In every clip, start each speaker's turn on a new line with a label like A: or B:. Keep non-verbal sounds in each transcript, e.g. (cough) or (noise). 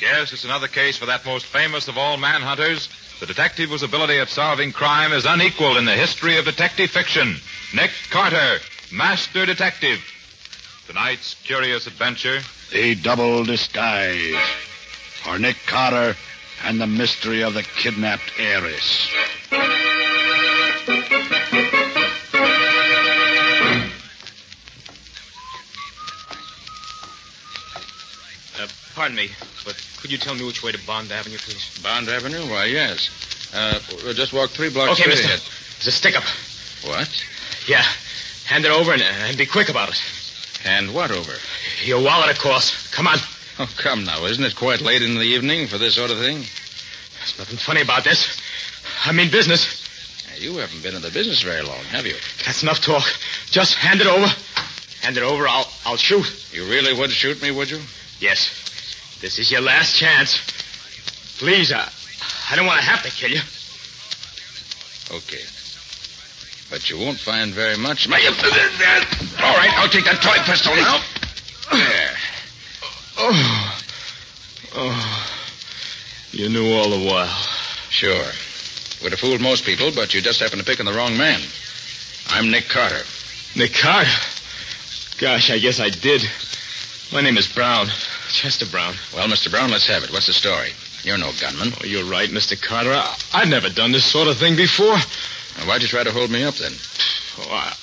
A: Yes, it's another case for that most famous of all manhunters. The detective whose ability at solving crime is unequaled in the history of detective fiction. Nick Carter, Master Detective. Tonight's curious adventure.
B: The double disguise. For Nick Carter and the mystery of the kidnapped heiress.
C: Uh, pardon me, but could you tell me which way to Bond Avenue, please?
D: Bond Avenue? Why, yes. Uh, we'll just walk three blocks
C: Okay,
D: straight
C: mister.
D: ahead.
C: It's a stick up.
D: What?
C: Yeah. Hand it over and, uh, and be quick about it.
D: And what over?
C: Your wallet, of course. Come on.
D: Oh, come now. Isn't it quite late in the evening for this sort of thing?
C: There's nothing funny about this. I mean business.
D: Now, You haven't been in the business very long, have you?
C: That's enough talk. Just hand it over. Hand it over, I'll I'll shoot.
D: You really would shoot me, would you?
C: Yes. This is your last chance. Please, I, I don't want to have to kill you.
D: Okay. But you won't find very much. All right, I'll take that toy pistol now. There.
C: Oh. Oh. You knew all the while.
D: Sure. Would have fooled most people, but you just happened to pick on the wrong man. I'm Nick Carter.
C: Nick Carter. Gosh, I guess I did. My name is Brown. Chester Brown.
D: Well, Mr. Brown, let's have it. What's the story? You're no gunman.
C: Oh, you're right, Mr. Carter. I, I've never done this sort of thing before.
D: Now, why'd you try to hold me up then?
C: Oh, I,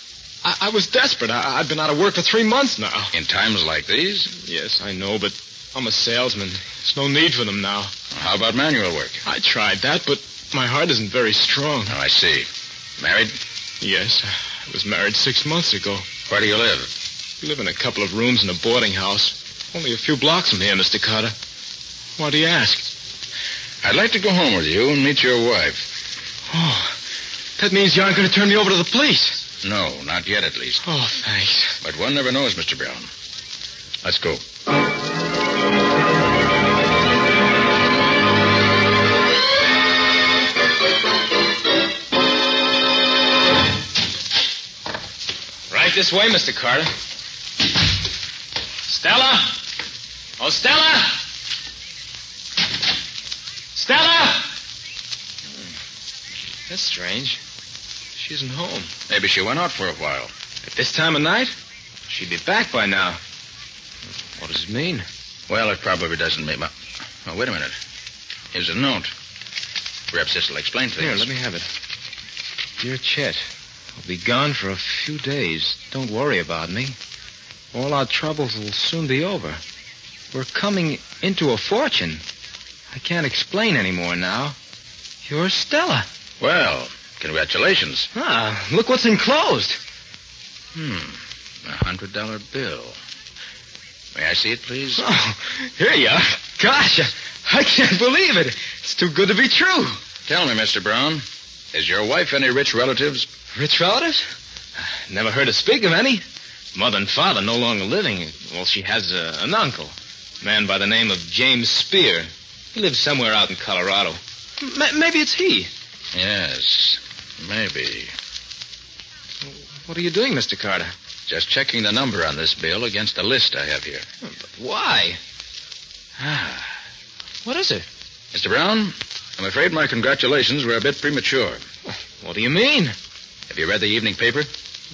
C: I, I was desperate. I, I've been out of work for three months now.
D: In times like these?
C: Yes, I know, but I'm a salesman. There's no need for them now.
D: How about manual work?
C: I tried that, but my heart isn't very strong.
D: Oh, I see. Married?
C: Yes, I was married six months ago.
D: Where do you live?
C: We live in a couple of rooms in a boarding house. Only a few blocks from here, Mr. Carter. Why do you ask?
D: I'd like to go home with you and meet your wife.
C: Oh, that means you aren't going to turn me over to the police.
D: No, not yet at least.
C: Oh, thanks.
D: But one never knows, Mr. Brown. Let's go.
C: Right this way, Mr. Carter. Stella? Oh, Stella! Stella! That's strange. She isn't home.
D: Maybe she went out for a while.
C: At this time of night? She'd be back by now. What does it mean?
D: Well, it probably doesn't mean much. Oh, wait a minute. Here's a note. Perhaps this will explain things.
C: Here, let me have it. Dear Chet, I'll be gone for a few days. Don't worry about me. All our troubles will soon be over. We're coming into a fortune. I can't explain anymore now. You're Stella.
D: Well, congratulations.
C: Ah, look what's enclosed.
D: Hmm. A hundred dollar bill. May I see it, please?
C: Oh, here you are. Gosh, I, I can't believe it. It's too good to be true.
D: Tell me, Mr. Brown, is your wife any rich relatives?
C: Rich relatives? Never heard her speak of any. Mother and father no longer living. Well, she has uh, an uncle, a man by the name of James Spear. He lives somewhere out in Colorado. M- maybe it's he.
D: Yes, maybe.
C: What are you doing, Mr. Carter?
D: Just checking the number on this bill against a list I have here.
C: But why? Ah, what is it?
D: Mr. Brown, I'm afraid my congratulations were a bit premature.
C: What do you mean?
D: Have you read the evening paper?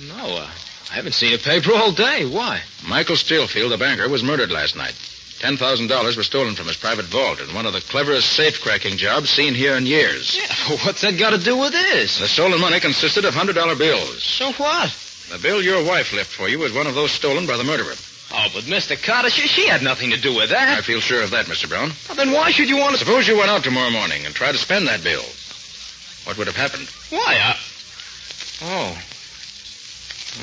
C: No, uh, I haven't seen a paper all day. Why?
D: Michael Steelfield, the banker, was murdered last night. $10,000 was stolen from his private vault in one of the cleverest safe-cracking jobs seen here in years.
C: Yeah, (laughs) what's that got to do with this?
D: The stolen money consisted of $100 bills.
C: So what?
D: The bill your wife left for you was one of those stolen by the murderer.
C: Oh, but Mr. Carter, she, she had nothing to do with
D: I
C: that.
D: feel sure of that, Mr. Brown.
C: Then why should you want to...
D: Suppose you went out tomorrow morning and tried to spend that bill. What would have happened?
C: Why? I... Oh.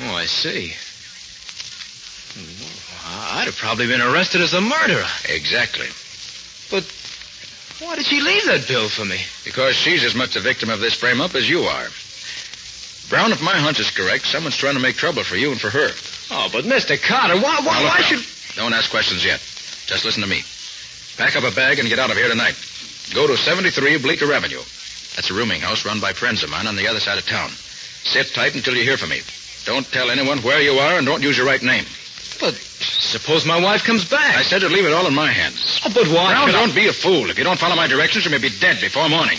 C: Oh, I see. I'd have probably been arrested as a murderer.
D: Exactly.
C: Why did she leave that bill for me?
D: Because she's as much a victim of this frame up as you are. Brown, if my hunch is correct, someone's trying to make trouble for you and for her.
C: Oh, but Mr. Carter, why,
D: Now,
C: why,
D: look,
C: why
D: Brown,
C: should...
D: Don't ask questions yet. Just listen to me. Pack up a bag and get out of here tonight. Go to 73 Bleecker Avenue. That's a rooming house run by friends of mine on the other side of town. Sit tight until you hear from me. Don't tell anyone where you are and don't use your right name.
C: But suppose my wife comes back.
D: I said to leave it all in my hands.
C: Oh, but why?
D: Brown, don't be a fool. If you don't follow my directions, you may be dead before morning.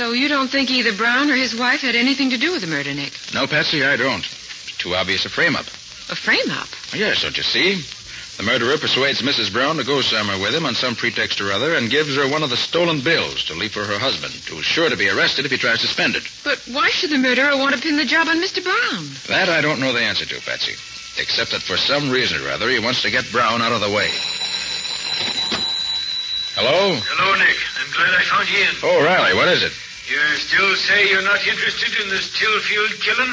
E: So you don't think either Brown or his wife had anything to do with the murder, Nick?
D: No, Patsy, I don't. It's too obvious a frame-up.
E: A frame-up?
D: Yes, don't you see? The murderer persuades Mrs. Brown to go somewhere with him on some pretext or other and gives her one of the stolen bills to leave for her husband, who's sure to be arrested if he tries to spend it.
E: But why should the murderer want to pin the job on Mr. Brown?
D: That I don't know the answer to, Patsy. Except that for some reason or other, he wants to get Brown out of the way. Hello?
F: Hello, Nick. I'm glad I found you in.
D: Oh, Riley, what is it?
F: You still say you're not interested in the Stillfield killing?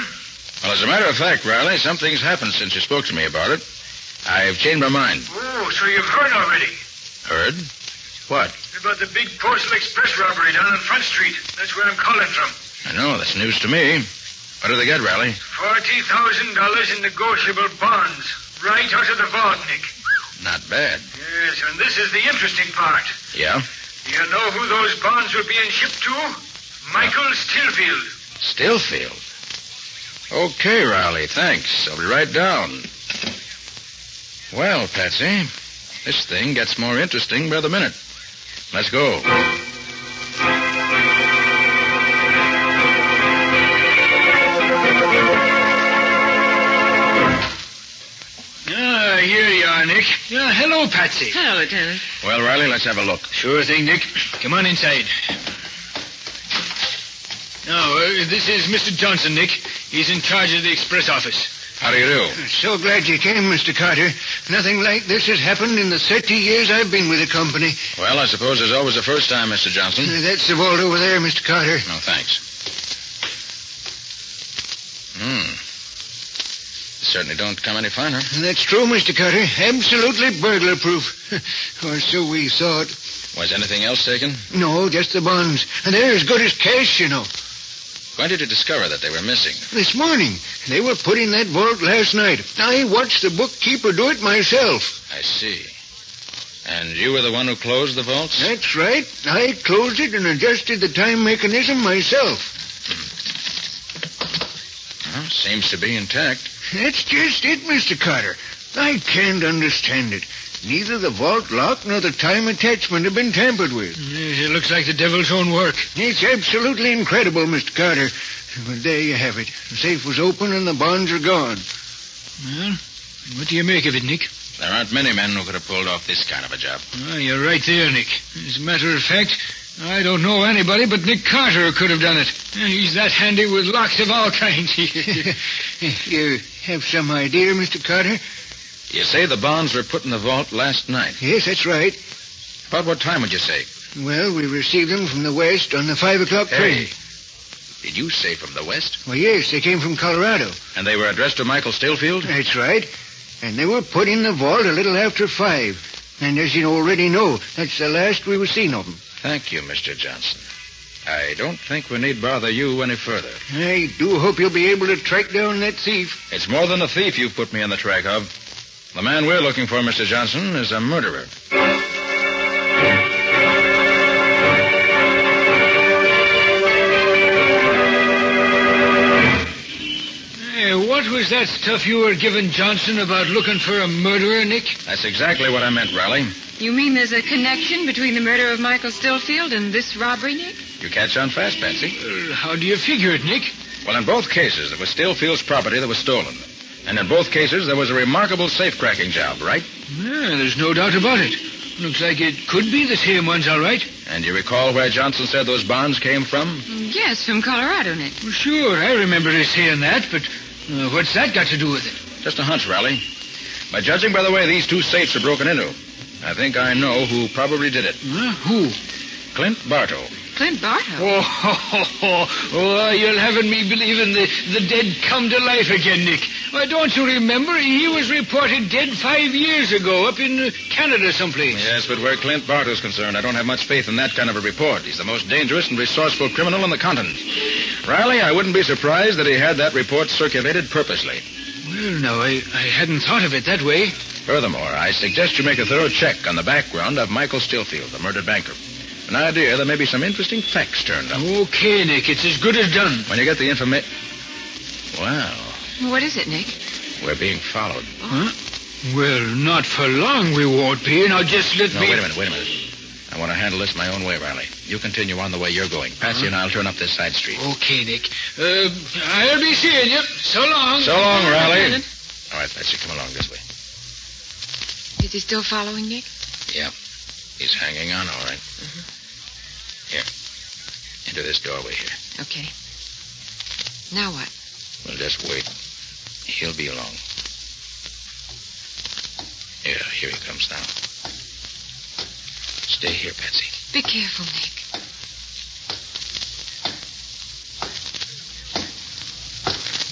D: Well, as a matter of fact, Riley, something's happened since you spoke to me about it. I've changed my mind.
F: Oh, so you've heard already
D: Heard? What?
F: about the big Postal Express robbery down on Front Street. That's where I'm calling from.
D: I know, that's news to me. What do they get, Riley?
F: $40,000 in negotiable bonds. Right out of the vault, Nick.
D: Not bad.
F: Yes, and this is the interesting part.
D: Yeah?
F: You know who those bonds were being shipped to? Michael Stillfield.
D: Stillfield. Okay, Riley, thanks. I'll be right down. Well, Patsy, this thing gets more interesting by the minute. Let's go.
B: Ah, here you are, Nick.
G: Yeah, Ah, hello, Patsy.
E: Hello, Lieutenant.
D: Well, Riley, let's have a look.
G: Sure thing, Nick. Come on inside. Now, uh, this is Mr. Johnson, Nick. He's in charge of the express office.
D: How do you do?
G: So glad you came, Mr. Carter. Nothing like this has happened in the 30 years I've been with the company.
D: Well, I suppose there's always a first time, Mr. Johnson.
G: Uh, That's the vault over there, Mr. Carter.
D: No, thanks. Hmm. Certainly don't come any finer.
G: That's true, Mr. Carter. Absolutely burglar proof. (laughs) or so we saw it.
D: Was anything else taken?
G: No, just the bonds. And they're as good as cash, you know.
D: When did you discover that they were missing?
G: This morning. They were put in that vault last night. I watched the bookkeeper do it myself.
D: I see. And you were the one who closed the vaults?
G: That's right. I closed it and adjusted the time mechanism myself.
D: Well, seems to be intact.
G: That's just it, Mr. Carter. I can't understand it. Neither the vault lock nor the time attachment have been tampered with. it looks like the devil's own work. It's absolutely incredible, Mr. Carter. But there you have it. The safe was open and the bonds are gone. Well, what do you make of it, Nick?
D: There aren't many men who could have pulled off this kind of a job.
G: Well, Ah, you're right there, Nick. As a matter of fact, I don't know anybody but Nick Carter who could have done it. Ah, He's that handy with locks of all kinds. (laughs) you have some idea, Mr. Carter?
D: You say the bonds were put in the vault last night.
G: Yes, that's right.
D: About what time would you say?
G: Well, we received them from the west on the five o'clock train.
D: Hey, Did you say from the west?
G: Well, yes, they came from Colorado.
D: And they were addressed to Michael Stillfield?
G: That's right. And they were put in the vault a little after five. And as you already know, that's the last we were seen of them.
D: Thank you, Mr. Johnson. I don't think we need bother you any further.
G: I do hope you'll be able to track down that thief.
D: It's more than a thief you've put me on the track of. The man we're looking for, Mr. Johnson, is a murderer.
G: Hey, what was that stuff you were giving Johnson about looking for a murderer, Nick?
D: That's exactly what I meant, Riley.
E: You mean there's a connection between the murder of Michael Stillfield and this robbery, Nick?
D: You catch on fast, Patsy.
G: Well, how do you figure it, Nick?
D: Well, in both cases, it was Stillfield's property that was stolen. And in both cases, there was a remarkable safe-cracking job, right?
G: Yeah, there's no doubt about it. Looks like it could be the same ones, all right.
D: And you recall where Johnson said those bonds came from?
E: Yes, from Colorado, Nick.
G: Well, sure, I remember his saying that, but uh, what's that got to do with it?
D: Just a hunch, Riley. But judging by the way these two safes are broken into, I think I know who probably did it.
G: Huh? Who?
D: Clint Bartow.
E: Clint Bartow.
G: Oh, ho, ho, ho. oh, (laughs) you're having me believing the, the dead come to life again, Nick. Why, don't you remember? He was reported dead five years ago up in uh, Canada someplace.
D: Yes, but where Clint Bartow's concerned, I don't have much faith in that kind of a report. He's the most dangerous and resourceful criminal on the continent. Riley, I wouldn't be surprised that he had that report circulated purposely.
G: Well, no, I, I hadn't thought of it that way.
D: Furthermore, I suggest you make a thorough check on the background of Michael Stillfield, the murdered banker. An idea there may be some interesting facts turned up.
G: Okay, Nick, it's as good as done.
D: When you get the information. Well,
E: What is it, Nick?
D: we're being followed.
G: Huh? Well, not for long we won't be. Now just let
D: No,
G: me.
D: wait a minute, wait a minute. I want to handle this my own way, Riley. You continue on the way you're going. Patsy and I'll turn up this side street.
G: Okay, Nick. Uh, I'll be seeing you. So long.
D: So long, Riley.
E: Lieutenant,
D: All right, Patsy, come along this way.
E: Oh, Is he still following Nick?
D: Yeah. He's hanging on, all right. Here. Into this doorway here.
E: Okay. Now what?
D: We'll just wait. He'll be along. Yeah, here he comes now. Stay here, Patsy.
E: Be careful, Nick.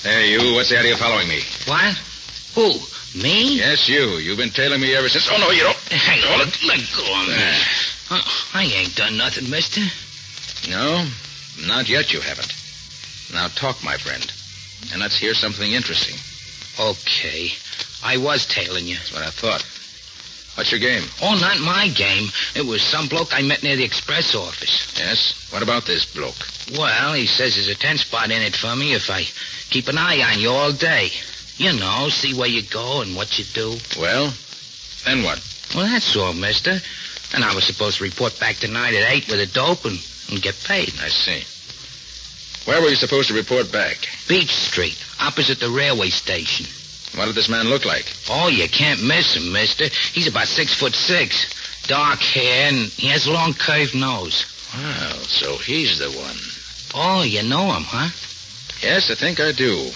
D: Hey, you. What's the idea of following me?
H: What? Who? Me?
D: Yes, you. You've been tailing me ever since. Oh, no, you don't.
H: Hey, let, let go of me.
D: There.
H: Uh, I ain't done nothing, mister.
D: No, not yet you haven't. Now talk, my friend. And let's hear something interesting.
H: Okay. I was tailing you.
D: That's what I thought. What's your game?
H: Oh, not my game. It was some bloke I met near the express office.
D: Yes? What about this bloke?
H: Well, he says there's a ten spot in it for me if I keep an eye on you all day. You know, see where you go and what you do.
D: Well, then what?
H: Well, that's all, mister. And I was supposed to report back tonight at 8 with a dope and, and get paid.
D: I see. Where were you supposed to report back?
H: Beach Street, opposite the railway station.
D: What did this man look like?
H: Oh, you can't miss him, mister. He's about six foot six. Dark hair, and he has a long curved nose.
D: Well, so he's the one.
H: Oh, you know him, huh?
D: Yes, I think I do.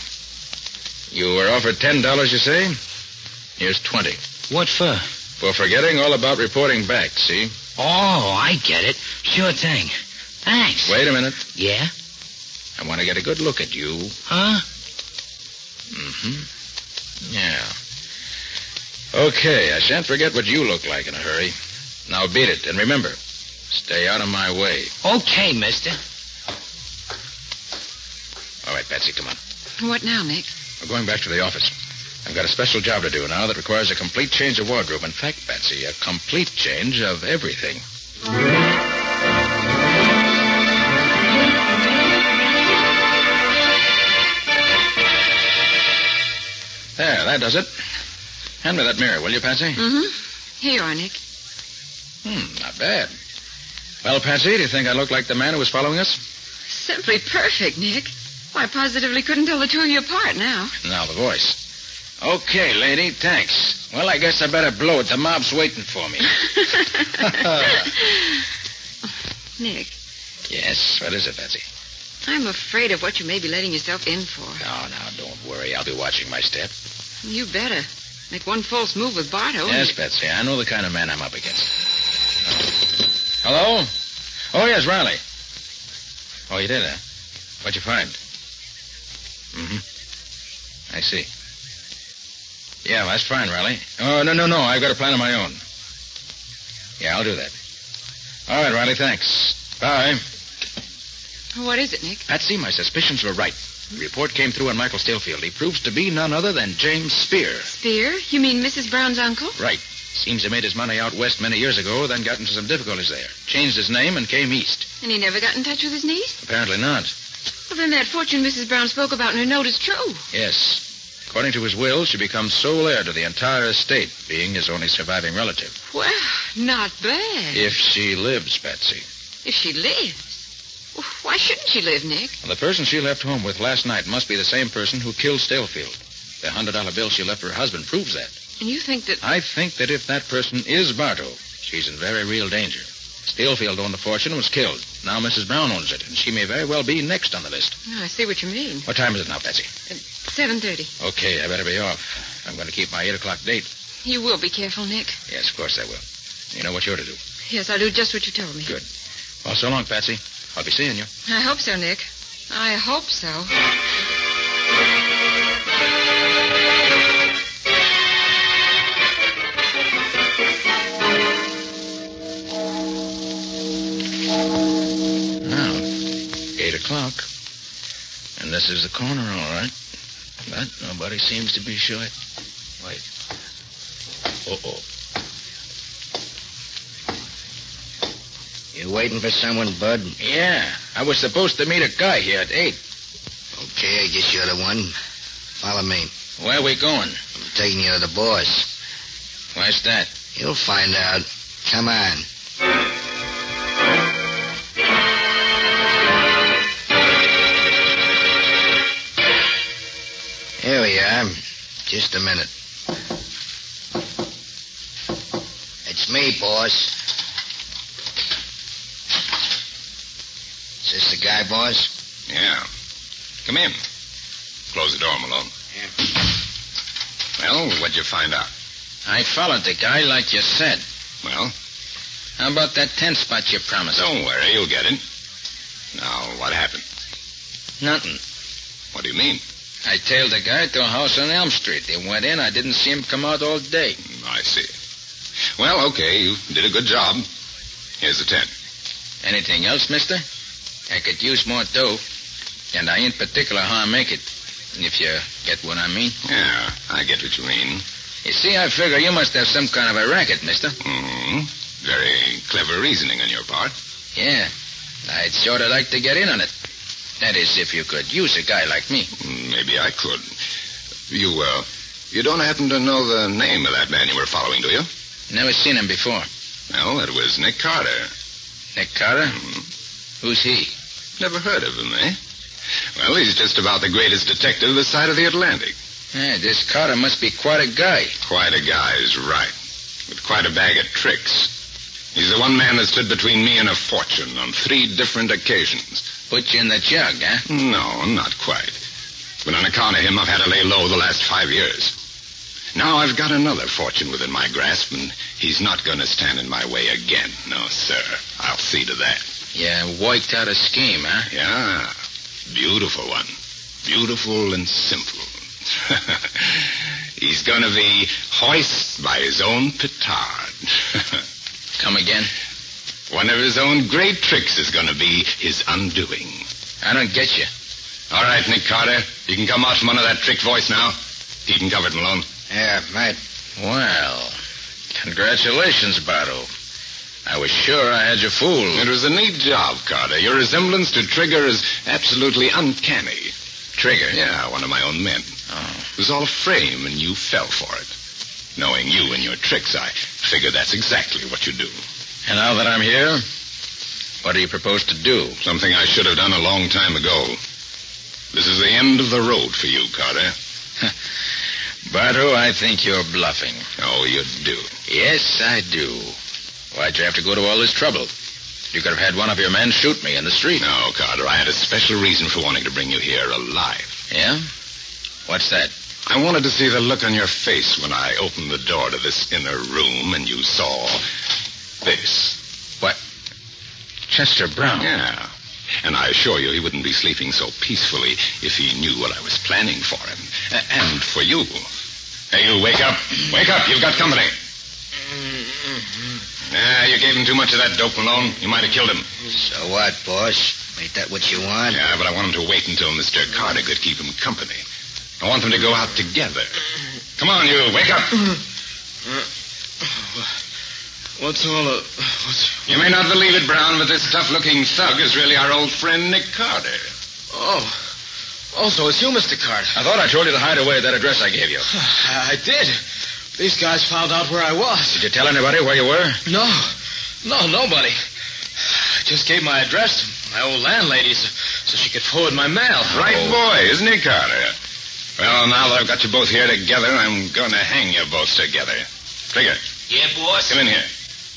D: You were offered ten dollars, you say? Here's twenty.
H: What for?
D: For forgetting all about reporting back, see?
H: Oh, I get it. Sure thing. Thanks.
D: Wait a minute.
H: Yeah?
D: I want to get a good look at you.
H: Huh?
D: Mm-hmm. Yeah. Okay, I shan't forget what you look like in a hurry. Now beat it, and remember, stay out of my way.
H: Okay, mister.
D: All right, Patsy, come on.
E: What now, Nick?
D: We're going back to the office. I've got a special job to do now that requires a complete change of wardrobe. In fact, Patsy, a complete change of everything. There, that does it. Hand me that mirror, will you, Patsy?
E: Mm-hmm. Here you are, Nick.
D: Hmm, not bad. Well, Patsy, do you think I look like the man who was following us?
E: Simply perfect, Nick. Why, I positively couldn't tell the two of you apart now.
D: Now, the voice. Okay, lady, thanks. Well, I guess I better blow it. The mob's waiting for me.
E: Nick,
D: Yes, what is it, Patsy?
E: I'm afraid of what you may be letting yourself in for.
D: Now, now, don't worry. I'll be watching my step.
E: You better. Make one false move with Barto. and
D: yes,
E: you-
D: Betsy, I know the kind of man I'm up against. Hello? Oh, yes, Riley. Oh, you did, huh? What'd you find? Mm-hmm. I see. Yeah, that's fine, Riley. Oh, no, no, no. I've got a plan of my own. Yeah, I'll do that. All right, Riley, thanks. Bye.
E: What is it, Nick?
D: Patsy, my suspicions were right. The report came through on Michael Stillfield. He proves to be none other than James Spear.
E: Spear? You mean Mrs. Brown's uncle?
D: Right. Seems he made his money out west many years ago, then got into some difficulties there. Changed his name and came east.
E: And he never got in touch with his niece?
D: Apparently not.
E: Well, then that fortune Mrs. Brown spoke about in her note is true.
D: Yes. According to his will, she becomes sole heir to the entire estate, being his only surviving relative.
E: Well, not bad.
D: If she lives, Patsy.
E: If she lives. Why shouldn't she live, Nick?
D: The person she left home with last night must be the same person who killed Stalefield. The hundred dollar bill she left her husband proves that.
E: And you think that.
D: I think that if that person is Bartow, she's in very real danger. Stillfield owned the fortune and was killed. Now Mrs. Brown owns it, and she may very well be next on the list.
E: No, oh, I see what you mean.
D: What time is it now, Patsy?
E: 7.30.
D: Okay, I better be off. I'm going to keep my 8 o'clock date.
E: You will be careful, Nick.
D: Yes, of course I will. You know what you're to do.
E: Yes, I'll do just what you told me.
D: Good. Well, so long, Patsy. I'll be seeing you.
E: I hope so, Nick. I hope so.
D: Now, 8 o'clock. And this is the corner, all right. But nobody seems to be sure. Wait. Uh-oh.
H: You
G: You waiting for someone, Bud?
C: Yeah, I was supposed to meet a guy here at 8.
G: Okay, I guess you're the one. Follow me.
C: Where are we going?
G: I'm taking you to the boss.
C: Where's that?
G: You'll find out. Come on. Here we are. Just a minute. It's me, boss. Is this the guy, boss?
D: Yeah. Come in. Close the door, Malone. Well, what'd you find out?
C: I followed the guy like you said.
D: Well,
C: How about that 10 spot you promised?
D: don't worry, you'll get it. Now, what happened?
C: Nothing.
D: What do you mean?
C: I tailed the guy to a house on Elm Street. They went in. I didn't see him come out all day.
D: Mm, I see. Well, okay, you did a good job. Here's the ten.
C: Anything else, mister? I could use more dough. And I ain't particular how I make it. If you get what I mean.
D: Yeah, I get what you mean.
C: You see, I figure you must have some kind of a racket, mister.
D: hmm Very clever reasoning on your part.
C: Yeah. I'd sort of like to get in on it. That is, if you could use a guy like me.
D: Mm, Maybe I could. You, uh, you don't happen to know the name of that man you were following, do you?
C: Never seen him before.
D: Well, it was Nick Carter.
C: Nick Carter?
D: Hmm.
C: Who's he?
D: Never heard of him, eh? Well, he's just about the greatest detective this side of the Atlantic.
C: Yeah, this Carter must be quite a guy.
D: Quite a guy's right. With quite a bag of tricks. He's the one man that stood between me and a fortune on three different occasions.
C: Put you in the jug, huh?
D: No, not quite. But on account of him, I've had to lay low the last five years. Now I've got another fortune within my grasp, and he's not going to stand in my way again. No, sir. I'll see to that.
C: You worked out a scheme, huh?
D: Yeah. Beautiful one. Beautiful and simple. (laughs) He's going to be hoist by his own petard. (laughs)
C: Come again?
D: one of his own great tricks is going to be his undoing.
C: I don't get you.
D: All right, Nick Carter. You can come out from under that trick voice now. He can cover it, Malone.
G: Yeah, mate.
C: Well, congratulations, Bardo. I was sure I had you fooled.
D: It was a neat job, Carter. Your resemblance to Trigger is absolutely uncanny. Trigger? Yeah, one of my own men.
C: Oh.
D: It was all a frame, and you fell for it. Knowing you and your tricks, I figure that's exactly what you do.
C: And now that I'm here, what do you propose to do?
D: Something I should have done a long time ago. This is the end of the road for you, (laughs) Carter.
C: Bardo, I think you're bluffing.
D: Oh, you do.
C: Yes, I do. Why'd you have to go to all this trouble? You could have had one of your men shoot me in the street.
D: No, Carter, I had a special reason for wanting to bring you here alive.
C: Yeah? What's that?
D: I wanted to see the look on your face when I opened the door to this inner room and you saw this.
C: Chester Brown.
D: Yeah. And I assure you he wouldn't be sleeping so peacefully if he knew what I was planning for him. A- and for you. Hey, you, wake up. Wake up. You've got company. Ah, you gave him too much of that dope, Malone. You might have killed him.
G: So what, boss? Ain't that what you want?
D: Yeah, but I want him to wait until Mr. Carter could keep him company. I want them to go out together. Come on, you, wake up.
E: What's all the. What's.
D: You may not believe it, Brown, but this tough-looking thug is really our old friend Nick Carter.
E: Oh. Oh, so it's you, Mr. Carter. (sighs)
C: I thought I told you to hide away at that address I gave you.
E: I I did. These guys found out where I was.
C: Did you tell anybody where you were?
E: No. No, nobody. I just gave my address to my old landlady so, so she could forward my mail.
D: Right boy, isn't he, Carter? Well, now that I've got you both here together, I'm going to hang you both together. Trigger,
G: Yeah, boss?
D: come in here.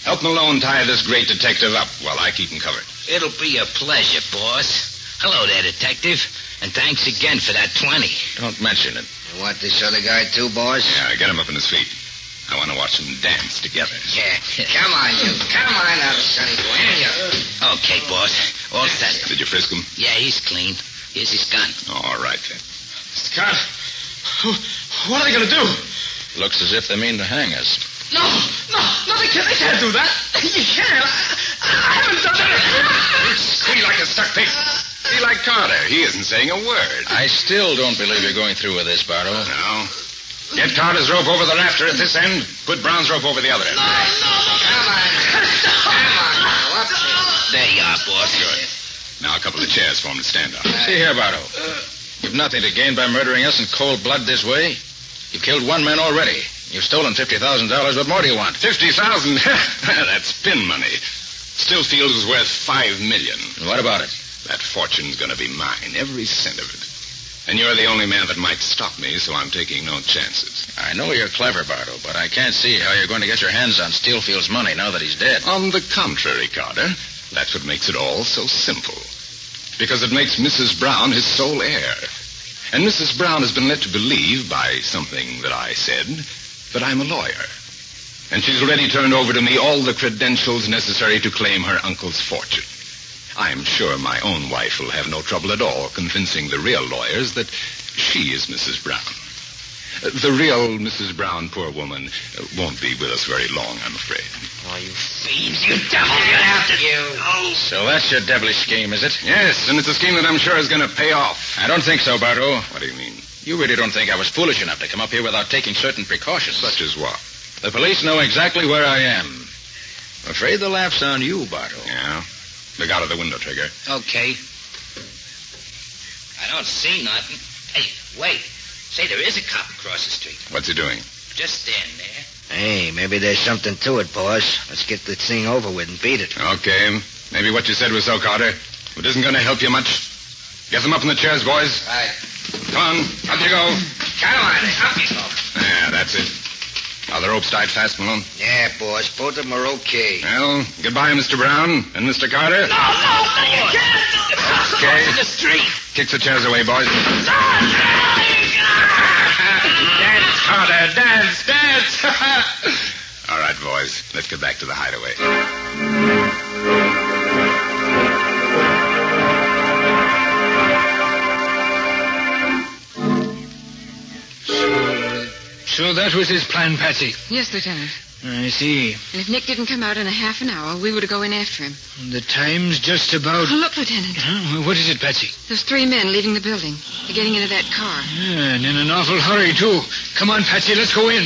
D: Help Malone tie this great detective up while I keep him covered.
G: It'll be a pleasure, boss. Hello there, detective. And thanks again for that 20.
C: Don't mention it.
G: You want this other guy too, boss?
D: Yeah, get him up on his feet. I want to watch them dance together.
G: Yeah. Come on, you. Come on up, sonny boy. Here you. Okay, boss. All set.
D: Did you frisk him?
G: Yeah, he's clean. Here's his gun.
D: All right, then.
E: Mr. Carter, wh- what are they going to do?
C: Looks as if they mean to hang us.
E: No, no, no, they can't, they can't do that. You can't. I, I haven't done that.
D: Squeal like a stuck pig. Be like Carter. He isn't saying a word.
C: I still don't believe you're going through with this, Bardo.
D: No. Get Carter's rope over the rafter at this end. Put Brown's rope over the other end.
G: Come on. Come on now. Up there.
I: There you are, boss.
D: Good. Now a couple of chairs for him to stand on. Uh,
C: See here, Bardo. You've nothing to gain by murdering us in cold blood this way. You've killed one man already. You've stolen $50,000. What more do you want? (laughs)
D: 50,000? That's pin money. Stillfield was worth five million.
C: What about it?
D: That fortune's gonna be mine, every cent of it. And you're the only man that might stop me, so I'm taking no chances.
C: I know you're clever, Bardo, but I can't see how you're going to get your hands on Steelfield's money now that he's dead.
D: On the contrary, Carter, that's what makes it all so simple. Because it makes Mrs. Brown his sole heir. And Mrs. Brown has been led to believe by something that I said that I'm a lawyer. And she's already turned over to me all the credentials necessary to claim her uncle's fortune. I'm sure my own wife will have no trouble at all convincing the real lawyers that she is Mrs. Brown. Uh, The real Mrs. Brown, poor woman, uh, won't be with us very long, I'm afraid.
I: Oh, you fiends, you devil, you after you.
C: So that's your devilish scheme, is it?
D: Yes, and it's a scheme that I'm sure is going to pay off.
C: I don't think so, Bardo.
D: What do you mean?
C: You really don't think I was foolish enough to come up here without taking certain precautions.
D: Such as what?
C: The police know exactly where I am. I'm afraid the laugh's on you, Bardo.
D: Yeah. Look out of the window, Trigger.
I: Okay. I don't see nothing. Hey, wait. Say, there is a cop across the street.
D: What's he doing?
I: Just stand there.
J: Hey, maybe there's something to it, boss. Let's get this thing over with and beat it.
D: Okay. Maybe what you said was so, Carter. It isn't going to help you much. Get them up in the chairs, boys.
I: Right.
D: Come on. Up you go.
I: Come on, up you go.
D: Yeah, that's it. Are the ropes tied fast, Malone?
J: Yeah, boss. Both of them are okay.
D: Well, goodbye, Mr. Brown and Mr. Carter.
I: No, no, no, you can't do it.
D: Okay.
I: in the street.
D: Kick the chairs away, boys. dance, Carter, dance, dance. (laughs) All right, boys, let's get back to the hideaway.
G: So that was his plan, Patsy.
E: Yes, Lieutenant.
G: I see.
E: And if Nick didn't come out in a half an hour, we were to go in after him.
G: The time's just about.
E: Look, Lieutenant.
G: Huh? What is it, Patsy?
E: Those three men leaving the building. They're getting into that car.
G: Yeah, and in an awful hurry, too. Come on, Patsy, let's go in.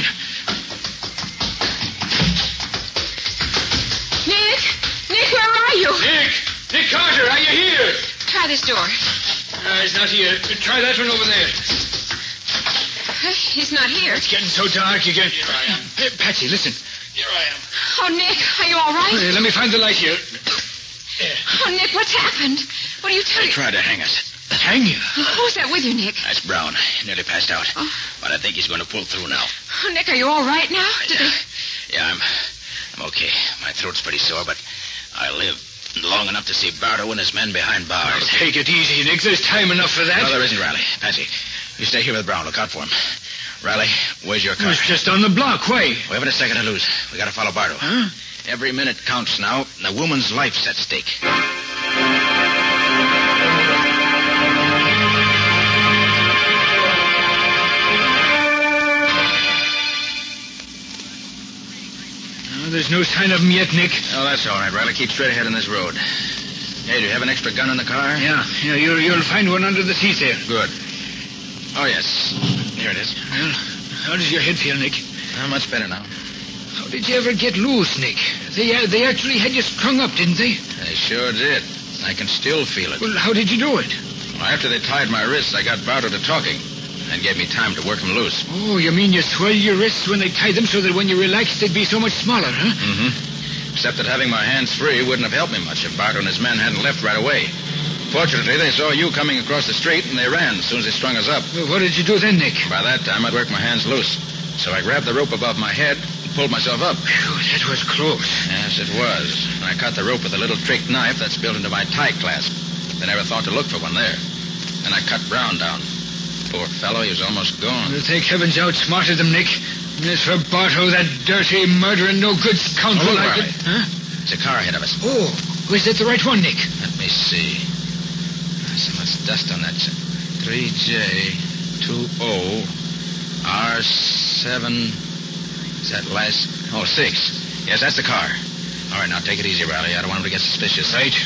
E: Nick! Nick, where are you?
G: Nick! Nick Carter, are you here?
E: Try this door.
G: Uh, he's not here. Try that one over there.
E: Huh? He's not here.
G: It's getting so dark, you can... Here I am. Patsy, listen. Here I am.
E: Oh, Nick, are you all right?
G: let me find the light here.
E: Oh, Nick, what's happened? What are you
C: They
E: telling
C: tried to hang us.
G: Hang you. Oh.
E: Who's that with you, Nick?
C: That's Brown. Nearly passed out. But I think he's going to pull through now.
E: Oh, Nick, are you all right now? Did they...
C: Yeah, I'm, I'm okay. My throat's pretty sore, but I live long enough to see Bardo and his men behind bars.
G: Take it easy, Nick. There's time enough for that.
C: No, there isn't, Riley. Patsy, you stay here with Brown. Look out for him. Riley, where's your car?
G: It's just on the block. Why?
C: We haven't a second to lose. We gotta follow Bardo.
G: Huh?
C: Every minute counts now. and The woman's life's at stake.
G: No, Uh, there's no sign of him yet, Nick.
C: Oh, that's all right, Riley. Keep straight ahead on this road. Hey, do you have an extra gun in the car?
G: Yeah, yeah you'll, you'll find one under the seat there.
C: Good. Oh, yes. Here it is.
G: Well, how does your head feel, Nick?
C: Oh, much better now.
G: How did you ever get loose, Nick? They, uh, they actually had you strung up, didn't they?
C: They sure did. I can still feel it.
G: Well, how did you do it?
C: Well, after they tied my wrists, I got Bardo to talking. and gave me time to work him loose.
G: Oh, you mean you swell your wrists when they tie them so that when you relax, they'd be so much smaller, huh?
C: Mm-hmm. Except that having my hands free wouldn't have helped me much if Barton and his men hadn't left right away. Fortunately, they saw you coming across the street and they ran as soon as they strung us up.
G: Well, what did you do then, Nick?
C: By that time, I'd worked my hands loose. So I grabbed the rope above my head and pulled myself up.
G: Phew, that was close.
C: Yes, it was. And I cut the rope with a little trick knife that's built into my tie clasp. They never thought to look for one there. Then I cut Brown down. Poor fellow, he was almost gone.
G: Well, thank heavens you outsmarted them, Nick. And as for Barto, that dirty, murdering, no-good scoundrel...
C: Oh, look,
G: I
C: Riley.
G: could- Huh?
C: There's a car ahead of us.
G: Oh, was that the right one, Nick?
C: Let me see. Ah, So much dust on that. ch- 3J20 R7. Is that last? Oh, six. Yes, that's the car. All right, now take it easy, Riley. I don't want him to get suspicious. Right.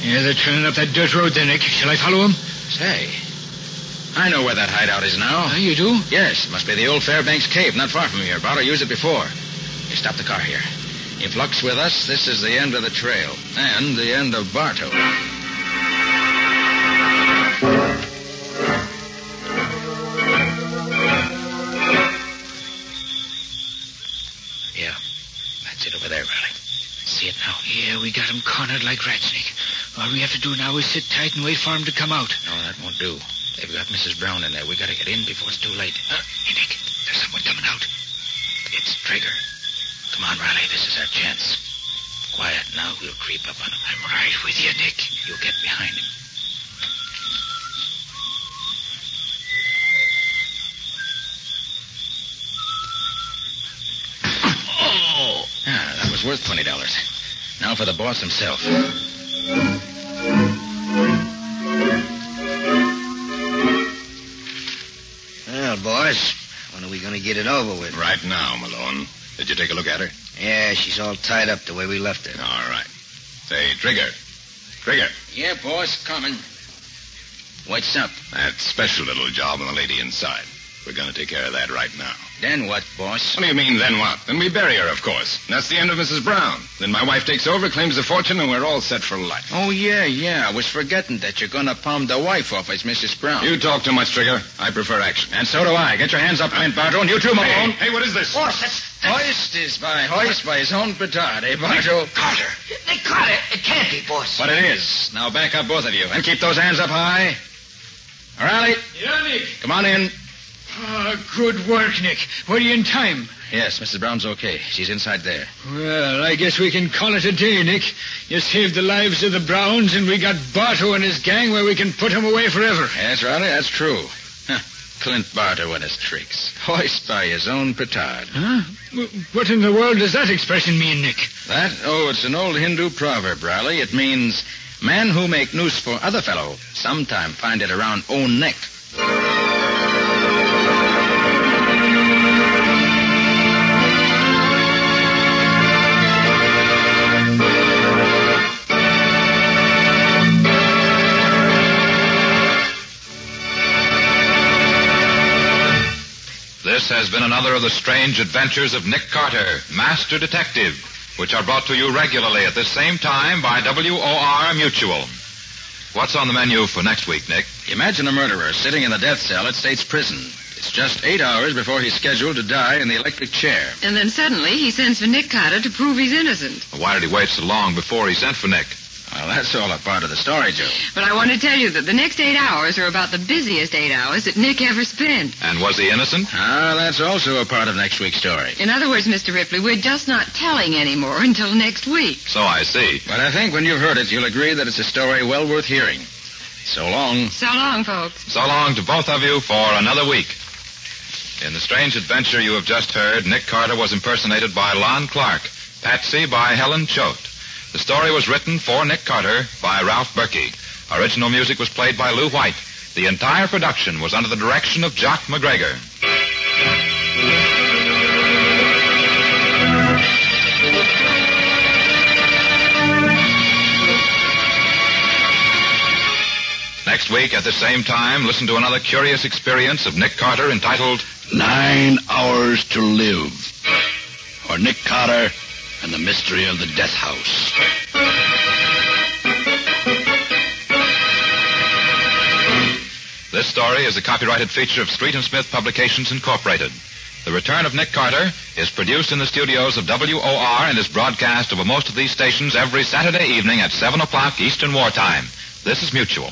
G: Yeah, they're turning up that dirt road there, Nick. Shall I follow them?
C: Say, I know where that hideout is now.
G: Oh, you do?
C: Yes, must be the old Fairbanks Cave, not far from here. Barter used it before. You stop the car here.
G: If luck's with us, this is the end of the trail and the end of Bartow.
K: Yeah, that's it over there, Riley. See it now. Yeah, we got him cornered like Ratsnake. All we have to do now is sit tight and wait for him to come out.
G: No, that won't do. They've got Mrs. Brown in there. We gotta get in before it's too late. Uh, hey, Nick, there's someone coming out. It's Trigger. Come on, Riley, this is our chance. Quiet now, we'll creep up on him. I'm right with you, Nick. You get behind him. Oh! Ah, that was worth $20. Now for the boss himself.
L: Well, boys, when are we going to get it over with?
D: Right now, Malone. Did you take a look at her?
L: Yeah, she's all tied up the way we left her.
D: All right. Say, Trigger. Trigger.
G: Yeah, boss, coming. What's up?
D: That special little job on the lady inside. We're going to take care of that right now.
G: Then what, boss?
D: What do you mean, then what? Then we bury her, of course. And that's the end of Mrs. Brown. Then my wife takes over, claims the fortune, and we're all set for life.
G: Oh, yeah, yeah. I was forgetting that you're going to palm the wife off as Mrs. Brown.
D: You talk too much, Trigger. I prefer action.
G: And so do I. Get your hands up, Clint Bartow, and you too, Malone.
D: Hey, hey, what is this?
G: Boss, that's... Hoist is by hoist by his own petard, eh, Bartow?
D: Carter.
M: Nick Carter, it can't be, boss.
G: But it is. Now back up, both of you, and keep those hands up high. Riley,
N: Yeah, Nick.
G: come on in.
N: Ah, good work, Nick. Were you in time?
G: Yes, Mrs. Brown's okay. She's inside there.
N: Well, I guess we can call it a day, Nick. You saved the lives of the Browns, and we got Bartow and his gang where we can put him away forever.
G: Yes, Riley, that's true. Huh. Clint Barter and his tricks. Hoist by his own petard.
N: Huh? W- What in the world does that expression mean, Nick?
G: That, oh, it's an old Hindu proverb, Riley. It means, man who make noose for other fellow, sometime find it around own neck.
C: This has been another of the strange adventures of Nick Carter, Master Detective, which are brought to you regularly at this same time by WOR Mutual. What's on the menu for next week, Nick?
G: Imagine a murderer sitting in the death cell at state's prison. It's just eight hours before he's scheduled to die in the electric chair.
E: And then suddenly he sends for Nick Carter to prove he's innocent.
C: Why did he wait so long before he sent for Nick?
G: Well, that's all a part of the story, Joe.
E: But I want to tell you that the next eight hours are about the busiest eight hours that Nick ever spent.
C: And was he innocent?
G: Ah, that's also a part of next week's story.
E: In other words, Mr. Ripley, we're just not telling anymore until next week.
C: So I see.
G: But I think when you've heard it, you'll agree that it's a story well worth hearing. So long.
E: So long, folks.
C: So long to both of you for another week. In the strange adventure you have just heard, Nick Carter was impersonated by Lon Clark, Patsy by Helen Choate. The story was written for Nick Carter by Ralph Berkey. Original music was played by Lou White. The entire production was under the direction of Jock McGregor. Next week, at the same time, listen to another curious experience of Nick Carter entitled
O: Nine hours to live. Or Nick Carter and the mystery of the death house.
C: This story is a copyrighted feature of Street and Smith Publications Incorporated. The Return of Nick Carter is produced in the studios of WOR and is broadcast over most of these stations every Saturday evening at 7 o'clock Eastern Wartime. This is Mutual.